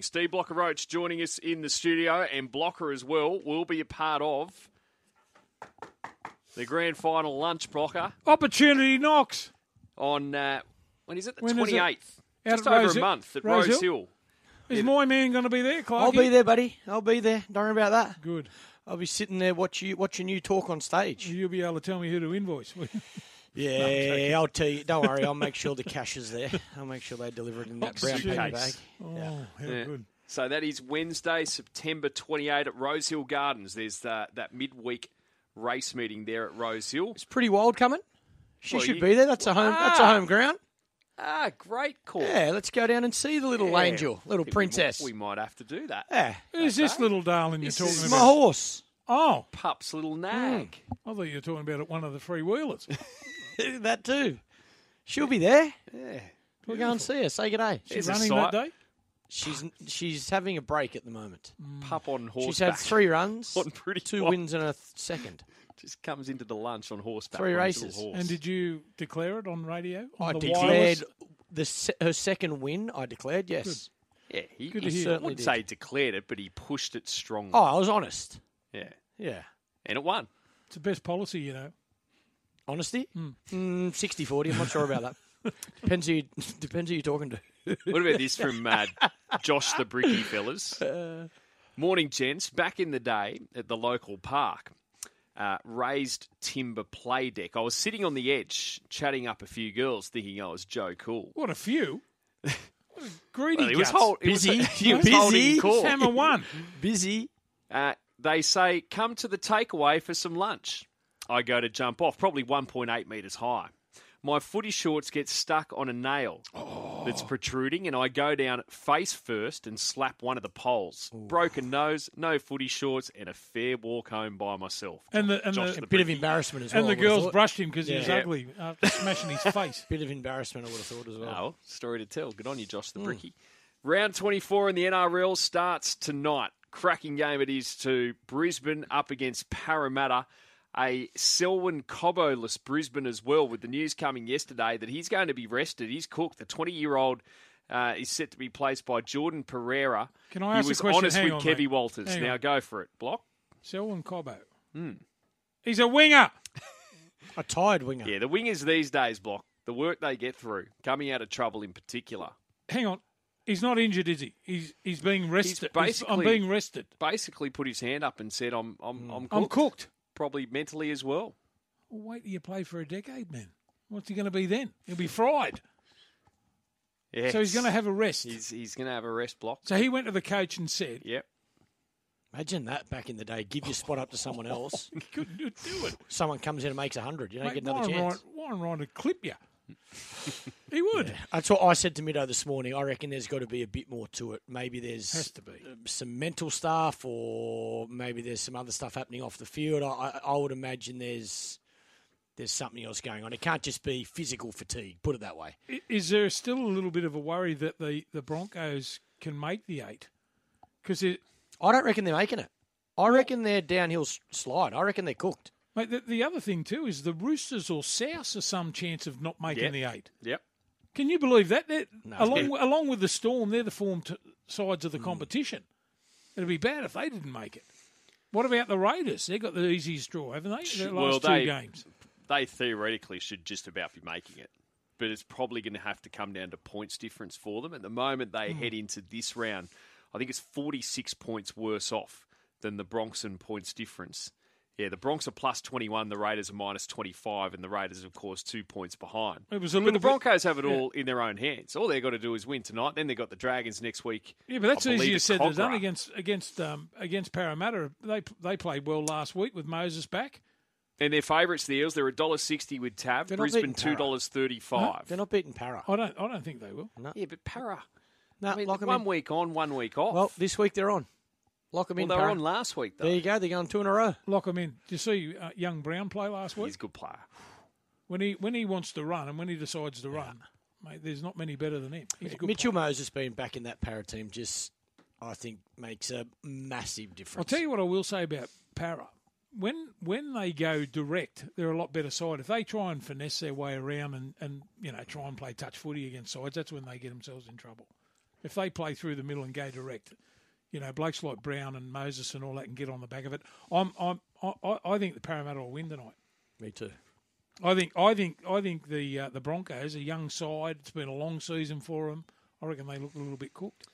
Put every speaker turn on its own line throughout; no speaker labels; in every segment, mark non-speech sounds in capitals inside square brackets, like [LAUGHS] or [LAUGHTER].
Steve Blocker Roach joining us in the studio, and Blocker as well will be a part of the grand final lunch, Blocker,
Opportunity knocks.
on uh, when is it? The
When is it?
twenty eighth.
Out
Just
at
over
Rose
a
Hill-
month at
Rose
Rose,
Hill?
Hill.
Is my man going to be there, Clarky?
I'll be there, buddy. I'll be there. Don't worry about that.
Good.
I'll be sitting there watching you, watching you talk on stage.
You'll be able to tell me who to invoice. [LAUGHS] Oh,
Yeah, I'll tell you. Don't worry. I'll make sure the cash is there. [LAUGHS] I'll make sure they deliver it in that brown
Oxygen
paper bag.
case.
Oh, how
Yeah.
good.
So that is Wednesday, September 28 at Rose Hill Gardens. There's the, that midweek race meeting there at Rose Hill.
It's pretty wild coming. She
Well,
should
you-
be there. That's a home. That's a
Ah.
home ground.
Ah, great call.
Yeah, let's go down and see the little
Yeah.
angel,
I
little
think we might-
princess.
We might have to do that.
yeah,
Who's this little darling you're talking
it's my
about?
horse. [LAUGHS]
Oh,
Pup's little nag.
Hmm.
I thought you were talking about one of the free
[LAUGHS]
wheelers.
that too. She'll be there. Yeah, we'll go and see her. Say good day.
There's
She's
a
running that day.
sight.
She's she's having a break at the moment.
Pup on horseback.
She's had three runs,
Not pretty
two
wild.
wins, and a th- second.
Just comes into the lunch on horseback.
Three
on his little
races.
horse.
And did you declare it on radio? On
I
the
declared the se- her second win. I declared yes.
yeah, he,
Good
he
to hear.
I
Certainly
wouldn't
did.
say declared it, but he pushed it strongly.
Oh, I was honest.
Yeah,
Yeah,
and it won.
It's the best policy, you know.
honesty.
Hmm.
Mm, 60 40 I'm not sure about that.
[LAUGHS]
depends who you, depends who you're talking to.
What about this from uh, Josh the Bricky fellas? Morning, gents. Back in the day at the local park, uh, raised timber play deck. I was sitting on the edge, chatting up a few girls, thinking I was Joe Cool.
What a few. What a greedy
Well, he was,
guts.
hold, he was-
Busy.
[LAUGHS] he was
Busy.
holding court.
[LAUGHS] Hammer
[LAUGHS]
one.
Busy.
Uh, they say, come to the takeaway for some lunch. I go to jump off, probably 1.8 metres high. My footy shorts get stuck on a nail that's
Oh.
protruding, and I go down face first and slap one of the poles. Broken nose, no footy shorts, and a fair walk home by myself.
And the, and
Josh
the,
the
Bit of embarrassment as well.
and the
I would've
girls
thought.
brushed him because he was
Yeah.
ugly after smashing his [LAUGHS] face.
Bit of embarrassment, I would have thought as well.
Oh, story to tell. Good on you, Josh the
Hmm.
Bricky. Round 24 in the NRL starts tonight. Cracking game it is to Brisbane up against Parramatta. A Selwyn Cobboless Brisbane as well, with the news coming yesterday that he's going to be rested. He's cooked. The 20 year old uh, is set to be placed by Jordan Pereira.
Can I
he
ask a
was
question?
honest
Hang
with
on,
Kevy
mate.
Walters.
Hang
now
on.
go for it. Block?
Selwyn Cobbo.
Hmm.
He's a winger.
A tired winger.
Yeah, the wingers these days, Block, the work they get through, coming out of trouble in particular.
Hang on. He's not injured, is he? He's he's being rested. I'm
basically-
being rested.
Basically, put his hand up and said, I'm, I'm, I'm cooked.
Hmm. I'm cooked.
probably mentally as well.
Well, wait till you play for a decade, man. What's he going to be then? He'll be fried.
Yeah.
So he's going to have a rest.
he's he's going to have a rest block.
So he went to the coach and said,
Yep.
Imagine that back in the day. Give your spot up
[LAUGHS]
to someone else.
"You couldn't do it.
someone comes in and makes 100. You don't
Mate,
get another
Warren
chance.
Ryan, Warren Ryan would clip you. [LAUGHS] he would.
That's what I said to Mido this morning. I reckon there's got to be a bit more to it. Maybe there's
Has to be.
some mental stuff, or maybe there's some other stuff happening off the field. I, I I would imagine there's there's something else going on. It can't just be physical fatigue. Put it that way.
I- Is there still a little bit of a worry that the, the Broncos can make the eight? Because mate,
I don't reckon they're making it. I reckon they're downhill s- slide. I reckon they're cooked.
the, the other thing too is the Roosters or Souths are some chance of not making
Yep.
the eight.
Yep.
Can you believe that? They're- Along along with the Storm, they're the form t- sides of
Hmm.
the competition. It'd be bad if they didn't make it. What about the Raiders? They got the easiest draw, haven't they? Their last
Well,
two
they-
games.
They theoretically should just about be making it, but it's probably going to have to come down to points difference for them. At the moment, they head into this round. I think it's 46 points worse off than the Bronx and points difference. Yeah, the Bronx are plus 21, the Raiders are minus 25, and the Raiders, of course, two points behind.
It was a
but
little
the
bit-
Broncos have it all in their own hands. All they've got to do is win tonight. Then they've got the Dragons next week.
Yeah, but that's
I believe
easier
it's
said than done
Cogra.
against against um, against Parramatta. They they played well last week with Moses back.
And their favourites, the Eels, they're a dollar sixty with Tab.
They're not
Brisbane
beating
two
Para.
dollars thirty five.
They're not beating Para.
I don't I don't think they will.
yeah, but Para.
No,
I mean,
lock 'em
one
in.
week on, one week off.
Well,
Well,
this week they're on. Lock them in.
they were
Para.
on last week though.
there you go. They're going two in a row.
Lock them in. Did you see uh, young Brown play last week?
He's a good player.
When he when he wants to run and when he decides to run, mate, there's not many better than him. He's a good
Mitchell Moses being back in that para team just, I think, makes a massive
I'll
difference.
tell you what I will say about Para. When when they go direct, they're a lot better side. If they try and finesse their way around and, and you know try and play touch footy against sides, that's when they get themselves in trouble. If they play through the middle and go direct, you know, blokes like Brown and Moses and all that can get on the back of it. I'm, I'm, I, I think the Parramatta will win tonight.
Me too.
I think, I think, I think the uh, the Broncos, a young side, it's been a long season for them. I reckon they look a little bit cooked.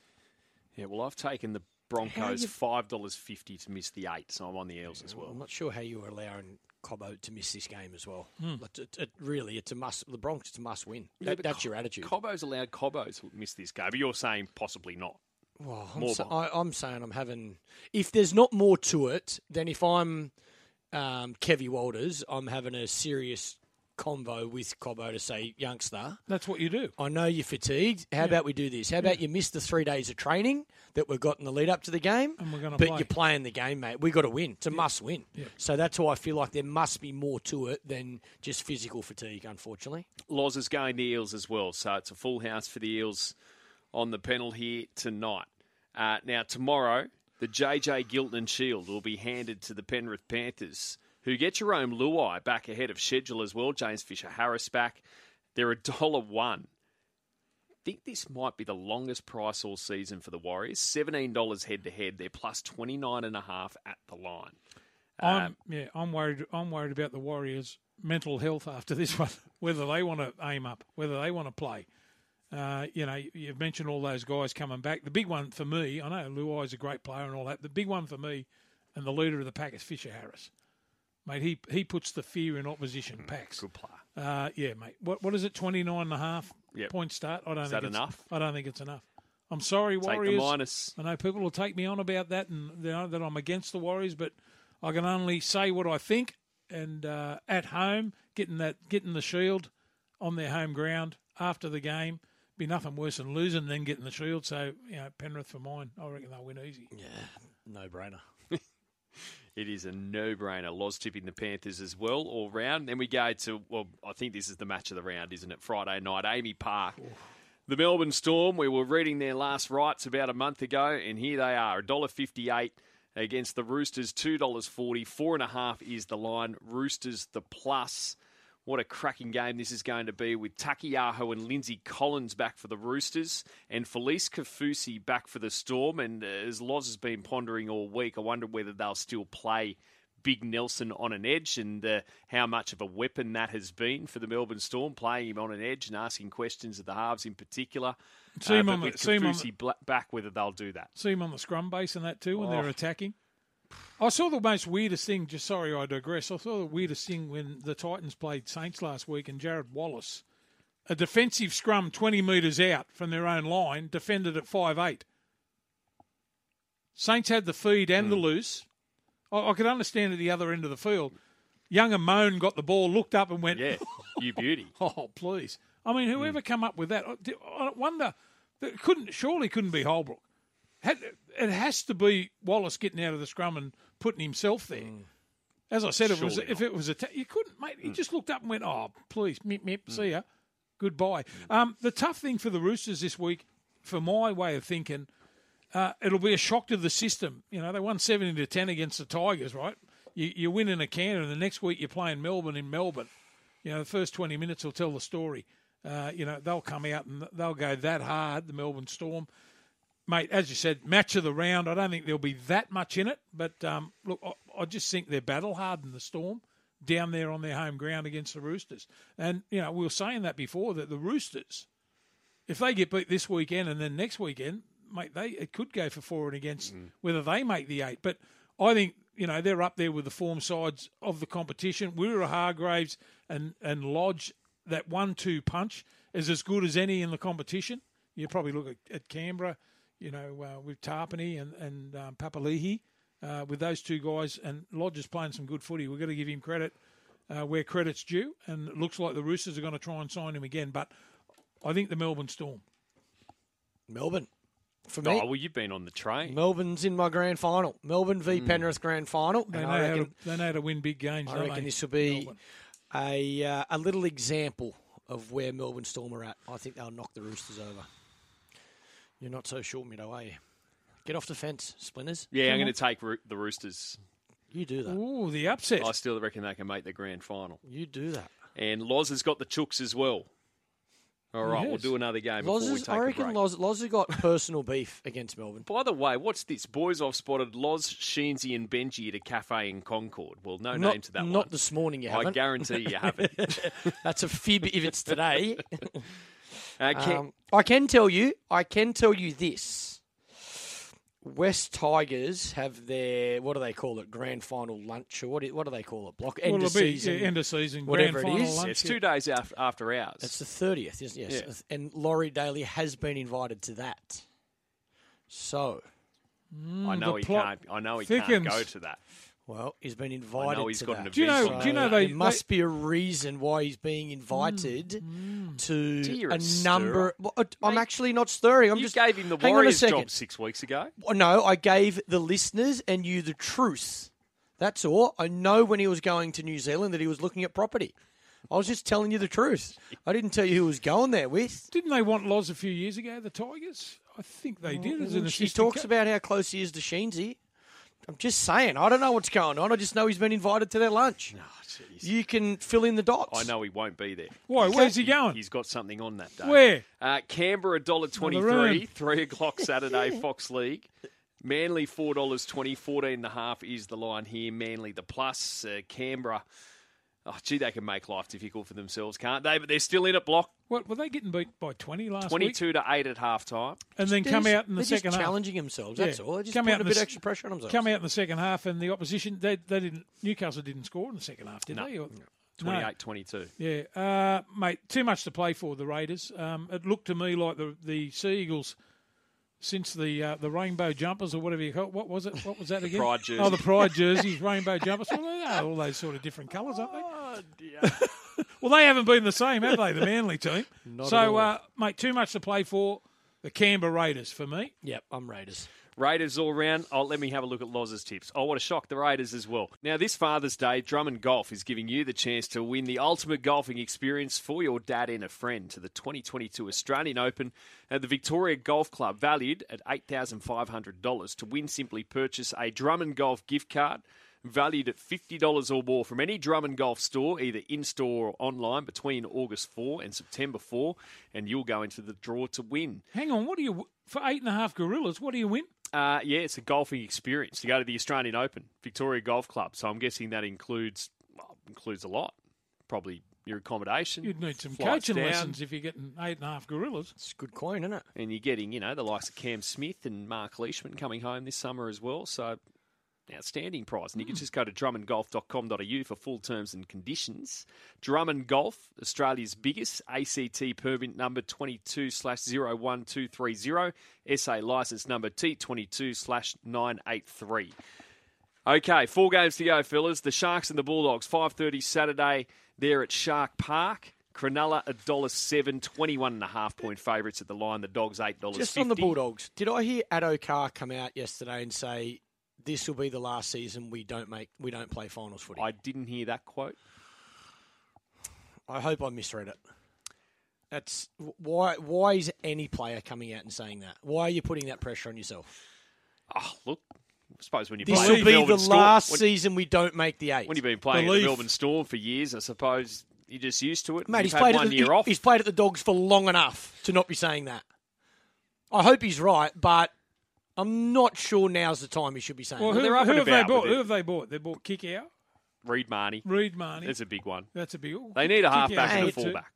Yeah, well, I've taken the Broncos five dollars fifty to miss the eight, so I'm on the Eels as well.
I'm not sure how you were allowing Cobbo to miss this game as well. But it, it really, it's a must. The Broncos, it's a must win.
Hmm. Yeah,
That,
but
that's
Co-
your attitude.
Cobbo's allowed Cobbo to miss this game, but you're saying possibly not.
Well, I'm,
More
sa-
bond.
I, am saying I'm having. If there's not more to it, then if I'm um, Kevy Walters, I'm having a serious convo with Cobbo to say, youngster,
That's what you do.
I know you're fatigued. How about we do this? How about you miss the three days of training that we've got in the lead up to the game?
And we're gonna
but
play.
you're playing the game, mate. We've got to win. It's a must win. So that's why I feel like there must be more to it than just physical fatigue, unfortunately.
Loz is going to Eels as well, so it's a full house for the Eels on the panel here tonight. Uh, now, tomorrow, the JJ Gilton Shield will be handed to the Penrith Panthers, who get Jerome Luai back ahead of schedule as well. James Fisher Harris back. They're a dollar one. think this might be the longest price all season for the Warriors. Seventeen dollars head to head. They're plus twenty nine and a half at the line. Um,
I'm yeah, I'm worried. I'm worried about the Warriors' mental health after this [LAUGHS] one. Whether they want to aim up, whether they want to play. Uh, you know, you've mentioned all those guys coming back. The big one for me, I know Luai's a great player and all that. The big one for me, and the leader of the pack is Fisher Harris. Mate, he he puts the fear in
Mm-hmm.
opposition packs.
Good player.
Uh, yeah, mate. What what is it? 29 and a half
Yep.
point start. I don't
Is
think
that
it's,
enough?
I don't think it's enough. I'm sorry,
Take
Warriors.
the minus.
I know people will take me on about that and you know, that I'm against the Warriors, but I can only say what I think. And uh, at home, getting that, getting the shield on their home ground after the game, be nothing worse than losing than getting the shield. So you know, Penrith for mine, I reckon they'll win easy.
Yeah, no brainer.
It is a no-brainer. Loz tipping the Panthers as well all round. Then we go to well, I think this is the match of the round, isn't it? Friday night, Amy Park, the Melbourne Storm. We were reading their last rights about a month ago, and here they are, $1.58 against the Roosters, two dollars forty. Four and a half is the line. Roosters the plus. What a cracking game this is going to be with Takiyaho and Lindsay Collins back for the Roosters and Felice Kafusi back for the Storm. And uh, as Loz has been pondering all week, I wonder whether they'll still play Big Nelson on an edge and uh, how much of a weapon that has been for the Melbourne Storm, playing him on an edge and asking questions of the halves in particular. Uh,
See him
but
on the-
with
see him on
Kafusi bla- back, whether they'll do that.
See them on the scrum base and that too
Oh.
when they're attacking. I saw the most weirdest thing. Just sorry, I digress. I saw the weirdest thing when the Titans played Saints last week and Jared Wallace, a defensive scrum twenty metres out from their own line, defended at five eight. Saints had the feed and the
Hmm.
loose. I, I could understand at the other end of the field, Young and Moan got the ball, looked up and went,
Yeah,
[LAUGHS]
you beauty.
Oh, please. I mean, whoever come up with that, I- I wonder. That couldn't surely couldn't be Holbrook. Had, it has to be Wallace getting out of the scrum and putting himself there. As I said, it was
Surely
if it was a ta- you couldn't, mate. He just looked up and went, "Oh, please, mip, mip, see ya, goodbye." Um, the tough thing for the Roosters this week, for my way of thinking, uh, it'll be a shock to the system. You know, they won seventy to ten against the Tigers, right? You, you win in a can, and the next week you're playing Melbourne in Melbourne. You know, the first 20 minutes will tell the story. Uh, you know, they'll come out and they'll go that hard, the Melbourne Storm. Mate, as you said, match of the round. I don't think there'll be that much in it. But um, look, I, I just think they're battle hardened, the Storm, down there on their home ground against the Roosters. And, you know, we were saying that before that the Roosters, if they get beat this weekend and then next weekend, mate, they it could go for four and against whether they make the eight. But I think you know they're up there with the form sides of the competition. Wira Hargraves and and Lodge that one-two punch is as good as any in the competition. You probably look at, at Canberra, you know, uh, with Tarpany and and um, Papalihi, uh, with those two guys, and Lodge is playing some good footy. We've got to give him credit uh, where credit's due, and it looks like the Roosters are going to try and sign him again. But I think the Melbourne Storm.
Melbourne. For me,
Oh, well, you've been on the train.
Melbourne's in my grand final. Melbourne v Penrith grand final.
Mm. They
and
know,
I
how
reckon
to, they know how to win big games.
I
don't
reckon
they?
this will be
Melbourne.
a, uh, a little example of where Melbourne Storm are at. I think they'll knock the Roosters over. You're not so sure, Mido, are you? Get off the fence, Splinters.
Yeah, I'm going to take Roo- the Roosters.
You do that.
Ooh, the upset.
Oh,
I still reckon they can make the grand final.
You do that.
And Loz has got the chooks as well. All right, we'll
Yes.
do another game before we
Loz,
take
I
a
reckon
break.
Loz, Loz has got personal beef against Melbourne.
By the way, what's this? Boys, I've spotted Loz, Sheensy, and Benji at a cafe in Concord. Well, no
not
name to that
not
one.
this morning, you
I
haven't.
guarantee you haven't.
That's a fib if it's today.
[LAUGHS] Uh, Ke-
Um, I can tell you, I can tell you this. West Tigers have their what do they call it? Grand final lunch or what? Do, what do they call it? Block end
well,
of
it'll be
season.
yeah, end of season,
whatever
grand
it
final
is.
lunch,
it's
yeah.
two days af- after ours.
It's the thirtieth, isn't it? Yes.
Yeah.
And Laurie Daly has been invited to that. So,
I know
the
he
plot
can't. I know he
thickens.
can't go to that.
well, he's been invited.
he's
to
got
that.
an event
Do you know?
So,
Do you know
Uh,
they Mm-hmm.
there must be a reason why he's being invited to
Dear,
a
it's
number.
stirrer.
Well, I- I'm actually not stirring. I'm
you
just
gave him the
hang on a
Warriors
second.
job six weeks ago.
Well, No, I gave the listeners and you the truth. That's all. I know when he was going to New Zealand that he was looking at property. I was just telling you the truth. I didn't tell you who he was going there with.
Didn't they want Loz a few years ago? The Tigers. I think they did. As an
She
assistant
talks
coach.
about how close he is to Sheensy. I'm just saying. I don't know what's going on. I just know he's been invited to their lunch. you can fill in the dots.
I know he won't be there.
Why? Where's he going?
He's got something on that day.
Where?
Uh, Canberra dollar twenty three, three o'clock Saturday, Fox League. Manly four dollars twenty, fourteen and a half is the line here. Manly the plus. Uh, Canberra. Oh, gee, they can make life difficult for themselves, can't they? But they're still in it. Block
What were they getting beat by twenty last
twenty
week?
two to eight at half time.
And then come
They're
out in the
just- they're
second
just
half.
challenging themselves.
Yeah.
That's all. They're just
Come
putting
out
a
in
bit
the s-
extra pressure on themselves.
Come out in the second half, and the opposition they, they didn't. Newcastle didn't score in the second half, did
No.
they? Or- No.
28-22.
Yeah, uh, mate, too much to play for the Raiders. Um, it looked to me like the the Sea Eagles, since the uh, the rainbow jumpers or whatever you call what was it? What was that again?
pride jersey.
Oh, the pride jerseys, [LAUGHS] rainbow jumpers. Well, they are all those sort of different colours, aren't they? Well, they haven't been the same, have they? The Manly team.
at
so,
all.
uh, mate, too much to play for the Canberra Raiders for me.
Yep, I'm Raiders.
[LAUGHS] Raiders all round. Oh, let me have a look at Loz's tips. Oh, what a shock. The Raiders as well. Now, this Father's Day, Drummond Golf is giving you the chance to win the ultimate golfing experience for your dad and a friend to the 2022 Australian Open at the Victoria Golf Club, valued at $8,500. To win, simply purchase a Drummond Golf gift card valued at $50 or more from any Drummond Golf store, either in store or online, between August 4 and September 4, and you'll go into the draw to win.
Hang on, what do you for eight and a half gorillas? What do you win?
Uh, yeah, it's a golfing experience to go to the Australian Open, Victoria Golf Club. So I'm guessing that includes well, includes a lot. Probably your accommodation.
You'd need some
flights
coaching
down,
lessons if you're getting eight and a half gorillas.
It's a good coin, isn't it?
And you're getting, you know, the likes of Cam Smith and Mark Leishman coming home this summer as well. So outstanding prize. And you can
Hmm.
just go to drummondgolf.com.au for full terms and conditions. Drummond Golf, Australia's biggest ACT permit number 22 slash 01230, SA license number T22 slash 983. Okay, four games to go, fellas. The Sharks and the Bulldogs, five thirty Saturday. They're at Shark Park. Cronulla a dollar seven, twenty one and a half point favourites at the line. The Dogs eight dollars.
Just on the Bulldogs, did I hear Addo Carr come out yesterday and say this will be the last season we don't make we don't play finals footy? I,
I didn't hear that quote.
hope I misread it. That's why. Why is any player coming out and saying that? Why are you putting that pressure on yourself?
Oh, look, I suppose when you
This
play
will
the
be
Melbourne
the
Storm-
last
when,
season we don't make the eight.
when you've been playing at
Belief.
the Melbourne Storm for years, I suppose you're just used to it.
Mate,
You've
he's
had
played,
one
at the,
year
he-
off.
he's played at the Dogs for long enough to not be saying that. I hope he's right, but I'm not sure now's the time he should be saying
Well,
that.
who,
they're up
who
and
have they
about
bought?
with it.
Who have they bought? They bought Kick Out,
Reed Marnie,
Reed Marnie.
that's a big one.
That's a big. oh,
They need a
Kick Out
halfback and a
is good too.
fullback.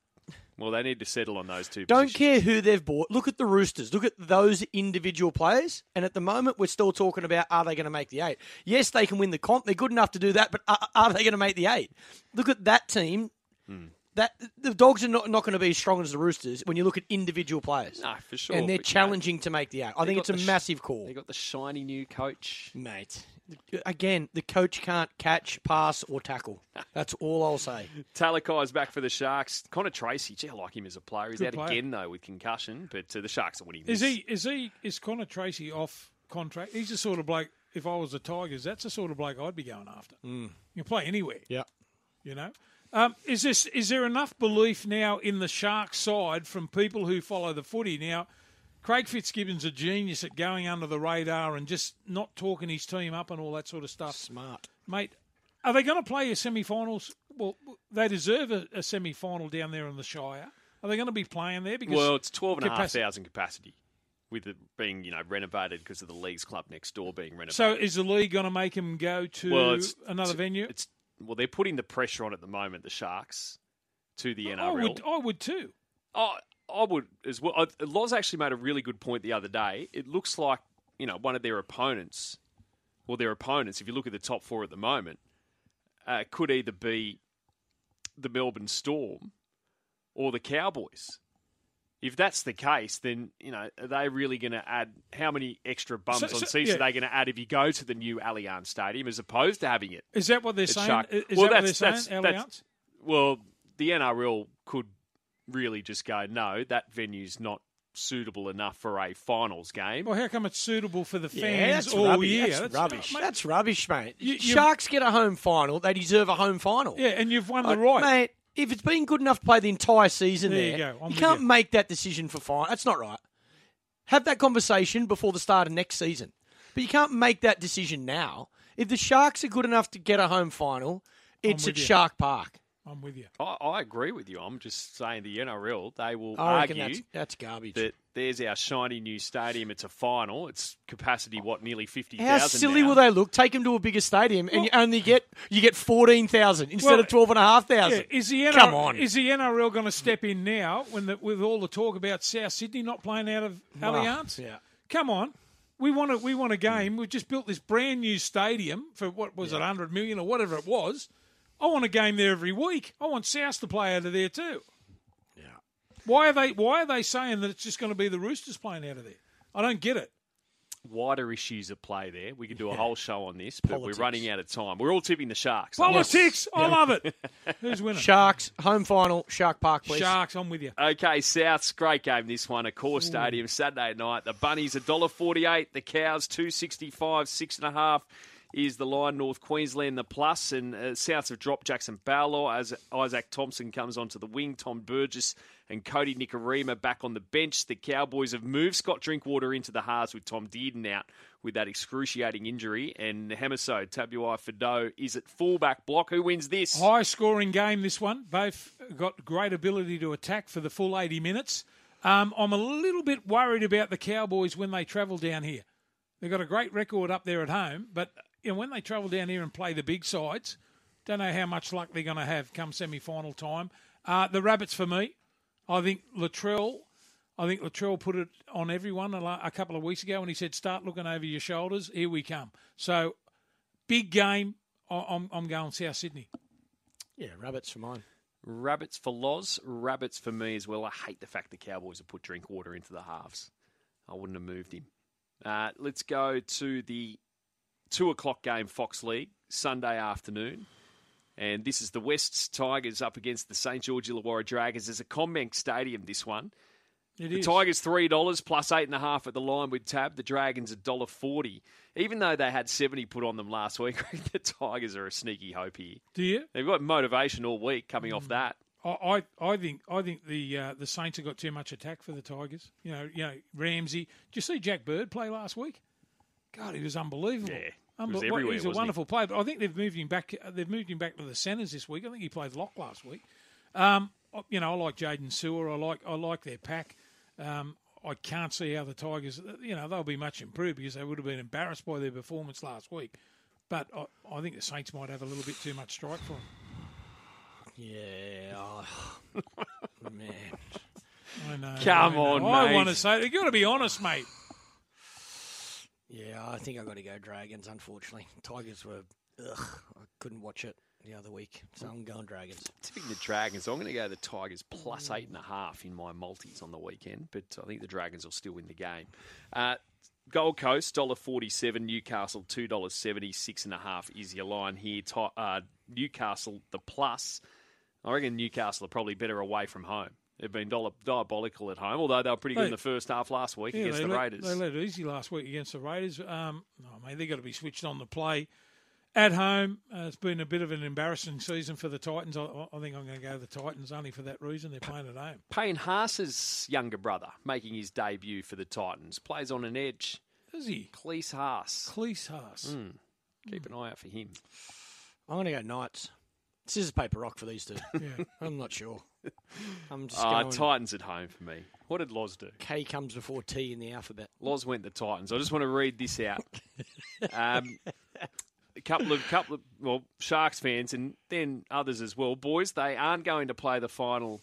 Well, they need to settle on those two.
Don't
positions.
care who they've bought. Look at the Roosters. Look at those individual players. And at the moment, we're still talking about are they going to make the eight? Yes, they can win the comp. They're good enough to do that. But are, are they going to make the eight? Look at that team.
Hmm.
That the dogs are not, not going to be as strong as the Roosters when you look at individual players.
No, for sure.
And they're
but, you know,
challenging to make the eight. I think
got
it's a
the sh-
massive call,
They got the shiny new coach.
mate. Again, the coach can't catch, pass, or tackle.
[LAUGHS]
That's all I'll say.
Talakai is back for the Sharks. Connor Tracy, gee, I like him as a player. He's
Good
out
player.
again though with concussion, but uh, the Sharks are winning.
Is
this.
he? Is he? Is Connor Tracy off contract? He's the sort of bloke. If I was the Tigers, that's the sort of bloke I'd be going after.
Mm.
You can play anywhere.
Yeah.
You know. Um, is this? Is there enough belief now in the Shark side from people who follow the footy now? Craig Fitzgibbon's a genius at going under the radar and just not talking his team up and all that sort of stuff.
Smart.
mate. Are they going to play a semi-finals? Well, they deserve a, a semi-final down there in the Shire. Are they going to be playing there? Because
Well, it's twelve and a half
capacity-
thousand capacity, with it being you know renovated because of the league's club next door being renovated.
so is the league going to make them go to
Well, it's-
another venue?
it's well, they're putting the pressure on at the moment. The Sharks to the
Oh, I
NRL.
would, I would too.
I, I would as well. I, Loz actually made a really good point the other day. It looks like you know one of their opponents, well, their opponents. If you look at the top four at the moment, uh, could either be the Melbourne Storm or the Cowboys. If that's the case, then you know are they really going to add how many extra bums
So-
on
so-
seats
yeah.
are they going to add if you go to the new Allianz Stadium as opposed to having it?
Is that what they're
It's
saying?
shark-
Is
Well,
that what they're
that's-
saying?
that's- that's-
Allianz?
Well, the NRL could really just go, no, that venue's not suitable enough for a finals game.
Well, how come it's suitable for the
Yeah,
fans
that's
all
rubbish.
year?
That's, rubbish.
mate,
that's rubbish, mate.
You- you-
Sharks get a home final. They deserve a home final.
yeah, and you've won the
Like,
right.
mate. If it's been good enough to play the entire season,
There you
there,
go. I'm with
can't
you.
make that decision for final. That's not right. Have that conversation before the start of next season, but you can't make that decision now. If the Sharks are good enough to get a home final, it's
with
at
you.
Shark Park.
I'm with you.
I, I agree with you. I'm just saying the NRL, they will
I reckon
argue
that's that's garbage.
that there's our shiny new stadium. It's a final. It's capacity, what, nearly
How
50,000
silly
now.
will they look? Take them to a bigger stadium, and you only get you get fourteen thousand instead
Well,
of twelve and a half
Yeah,
thousand.
is the NRL,
Come on.
Is the NRL going to step in now when the, with all the talk about South Sydney not playing out of Allianz?
yeah.
Come on. We want a, we
Hmm.
want a game. We've just built this brand new stadium for what was it, 100 million or whatever it was. I want a game there every week. I want South to play out of there too.
Yeah.
Why are they why are they saying that it's just going to be the Roosters playing out of there? I don't get it.
Wider issues at play there. We could do a whole show on this, but
Politics.
we're running out of time. We're all tipping the Sharks. aren't we?
Politics, I love it. Who's winning?
Sharks home final, Shark Park, please.
Sharks, I'm with you.
Okay, Souths, great game this one. At Core Stadium, Saturday night. The Bunnies $1.48, the Cows two sixty five, six and a half is the line. North Queensland the plus, and uh, Souths have dropped Jackson Bowlaw as Isaac Thompson comes onto the wing. Tom Burgess and Cody Nicarima back on the bench. The Cowboys have moved Scott Drinkwater into the halves with Tom Dearden out with that excruciating injury, and Hamaso Tabuai Fido is at fullback block. Who wins this?
High scoring game, this one. Both got great ability to attack for the full 80 minutes. Um, I'm a little bit worried about the Cowboys when they travel down here. They've got a great record up there at home, but you know, when they travel down here and play the big sides, don't know how much luck they're going to have come semi final time. Uh, the Rabbits for me. I think Latrell. I think Latrell put it on everyone a, la- a couple of weeks ago when he said, "Start looking over your shoulders. Here we come." So, big game. I- I'm, I'm going South Sydney.
Yeah, rabbits for mine.
Rabbits for Loz, rabbits for me as well. I hate the fact the Cowboys have put Drinkwater into the halves. I wouldn't have moved him. Uh, let's go to the two o'clock game, Fox League, Sunday afternoon. And this is the Wests Tigers up against the St. George Illawarra Dragons. There's a Combank Stadium, this one.
It
The
is.
Tigers three dollars plus eight and a half at the line with Tab. The Dragons a dollar forty. Even though they had seventy put on them last week, [LAUGHS] the Tigers are a sneaky hope here.
Do you?
They've got motivation all week coming off that.
I, I, I think I think the uh, the Saints have got too much attack for the Tigers. You know, you know Ramsey. Did you see Jack Bird play last week? God, he was unbelievable.
Yeah, he
Unbe-
was everywhere,
he's a
wasn't he?
wonderful player. But I think they've moved him back. uh, They've moved him back to the centres this week. I think he played lock last week. Um, I- you know, I like Jaden Sewer. I like I like their pack. Um, I can't see how the Tigers. uh, You know, they'll be much improved because they would have been embarrassed by their performance last week. But I, I think the Saints might have a little bit too much strike for them.
Yeah, oh, [SIGHS] man.
I know.
Come
I know.
on,
I
mate.
want to say you got to be honest, mate.
Yeah, I think I've got to go Dragons. Unfortunately, Tigers were. Ugh, I couldn't watch it the other week, so I'm going Dragons.
Tipping the Dragons. I'm going to go the Tigers plus
Mm.
eight and a half in my multis on the weekend, but I think the Dragons will still win the game. Uh, Gold Coast dollar forty-seven, Newcastle two dollars seventy-six and a half is your line here. Ti uh, Newcastle the plus. I reckon Newcastle are probably better away from home. They've been dollar, diabolical at home, although they were pretty good in
They-
the first half last week against
they
the
let,
Raiders.
They let it easy last week against the Raiders. Um, oh, mate, they got to be switched on the play at home. Uh, it's been a bit of an embarrassing season for the Titans. I, I think I'm going to go the Titans only for that reason. They're playing at home.
Payne Haas's younger brother making his debut for the Titans plays on an edge.
Is he?
Cleese Haas.
Cleese Haas.
Mm. Keep an eye out for him.
[LAUGHS]
I'm going to go Knights. Scissors, paper, rock for these two.
Yeah.
I'm not sure. I'm just
Ah,
Uh,
going.
Titans at home for me. What did Loz do?
K comes before T in the alphabet.
Loz went the Titans. I just want to read this out. Um, a couple of couple of well Sharks fans and then others as well. Boys, they aren't going to play the final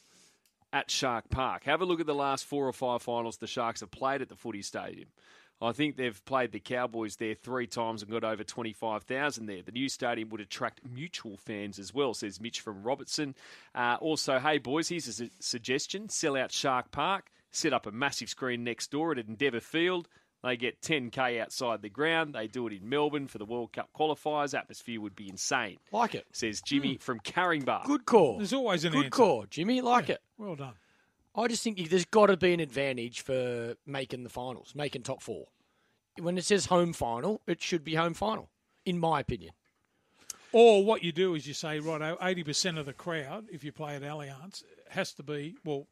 at Shark Park. Have a look at the last four or five finals the Sharks have played at the Footy Stadium. I think they've played the Cowboys there three times and got over 25,000 there. The new stadium would attract mutual fans as well, says Mitch from Robertson. Uh, also, hey, boys, here's a su- suggestion sell out Shark Park, set up a massive screen next door at Endeavour Field. They get 10K outside the ground. They do it in Melbourne for the World Cup qualifiers. Atmosphere would be insane,
Like it.
says Jimmy from Carringbar.
Good call.
There's always an
good
answer.
call, Jimmy. Like it.
Well done.
I just think you- there's got to be an advantage for making the finals, making top four. When it says home final, it should be home final, in my opinion.
Or what you do is you say, right, eighty percent of the crowd, if you play at Allianz, has to be. Well,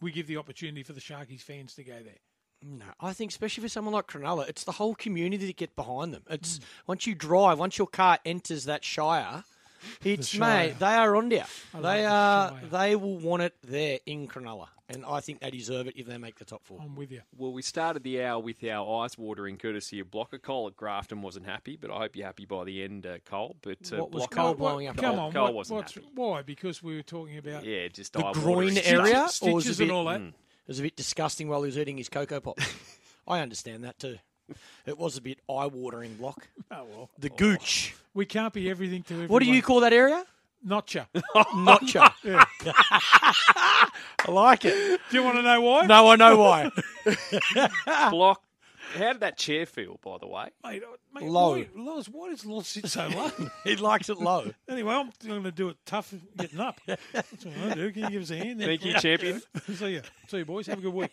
we give the opportunity for the Sharkies fans to go there.
No, I think especially for someone like Cronulla, it's the whole community that get behind them. It's once you drive, once your car enters that [LAUGHS] shire, it's
Shire.
mate, they are on there.
like
They
the
are,
Shire.
they will want it there in Cronulla, and I think they deserve it if they make the top four.
I'm with you.
Well, we started the hour with our eyes watering courtesy of Blocker. Cole at Grafton wasn't happy, but I hope you're happy by the end, uh, Cole. But uh,
What was
Blocker,
Cole
What-
blowing up.
Come
Cole-
on,
Cole
what-
wasn't
what's,
happy.
why? Because we were talking about
Yeah, just
The
eye-watering.
groin area,
stitches,
or was it a
and
bit-
all that.
It was a bit disgusting while he was eating his cocoa pop. [LAUGHS] I understand that too. It was a bit eye-watering block.
Oh well,
The gooch.
we can't be everything to everyone.
What do you call that area? [LAUGHS]
Notcha. do
Notcha. I like it.
you want to know why?
No, I know why.
[LAUGHS] Block. How did that chair feel, by the way?
Mate, oh, mate,
Low.
Why, Loz, why does Loz sit so low?
[LAUGHS]
[LAUGHS]
he likes it low.
anyway, I'm going to do it tough getting up. That's what I do. Can you give us a hand? there?
Thank you, champion.
[LAUGHS] See you. See you, boys. Have a good week.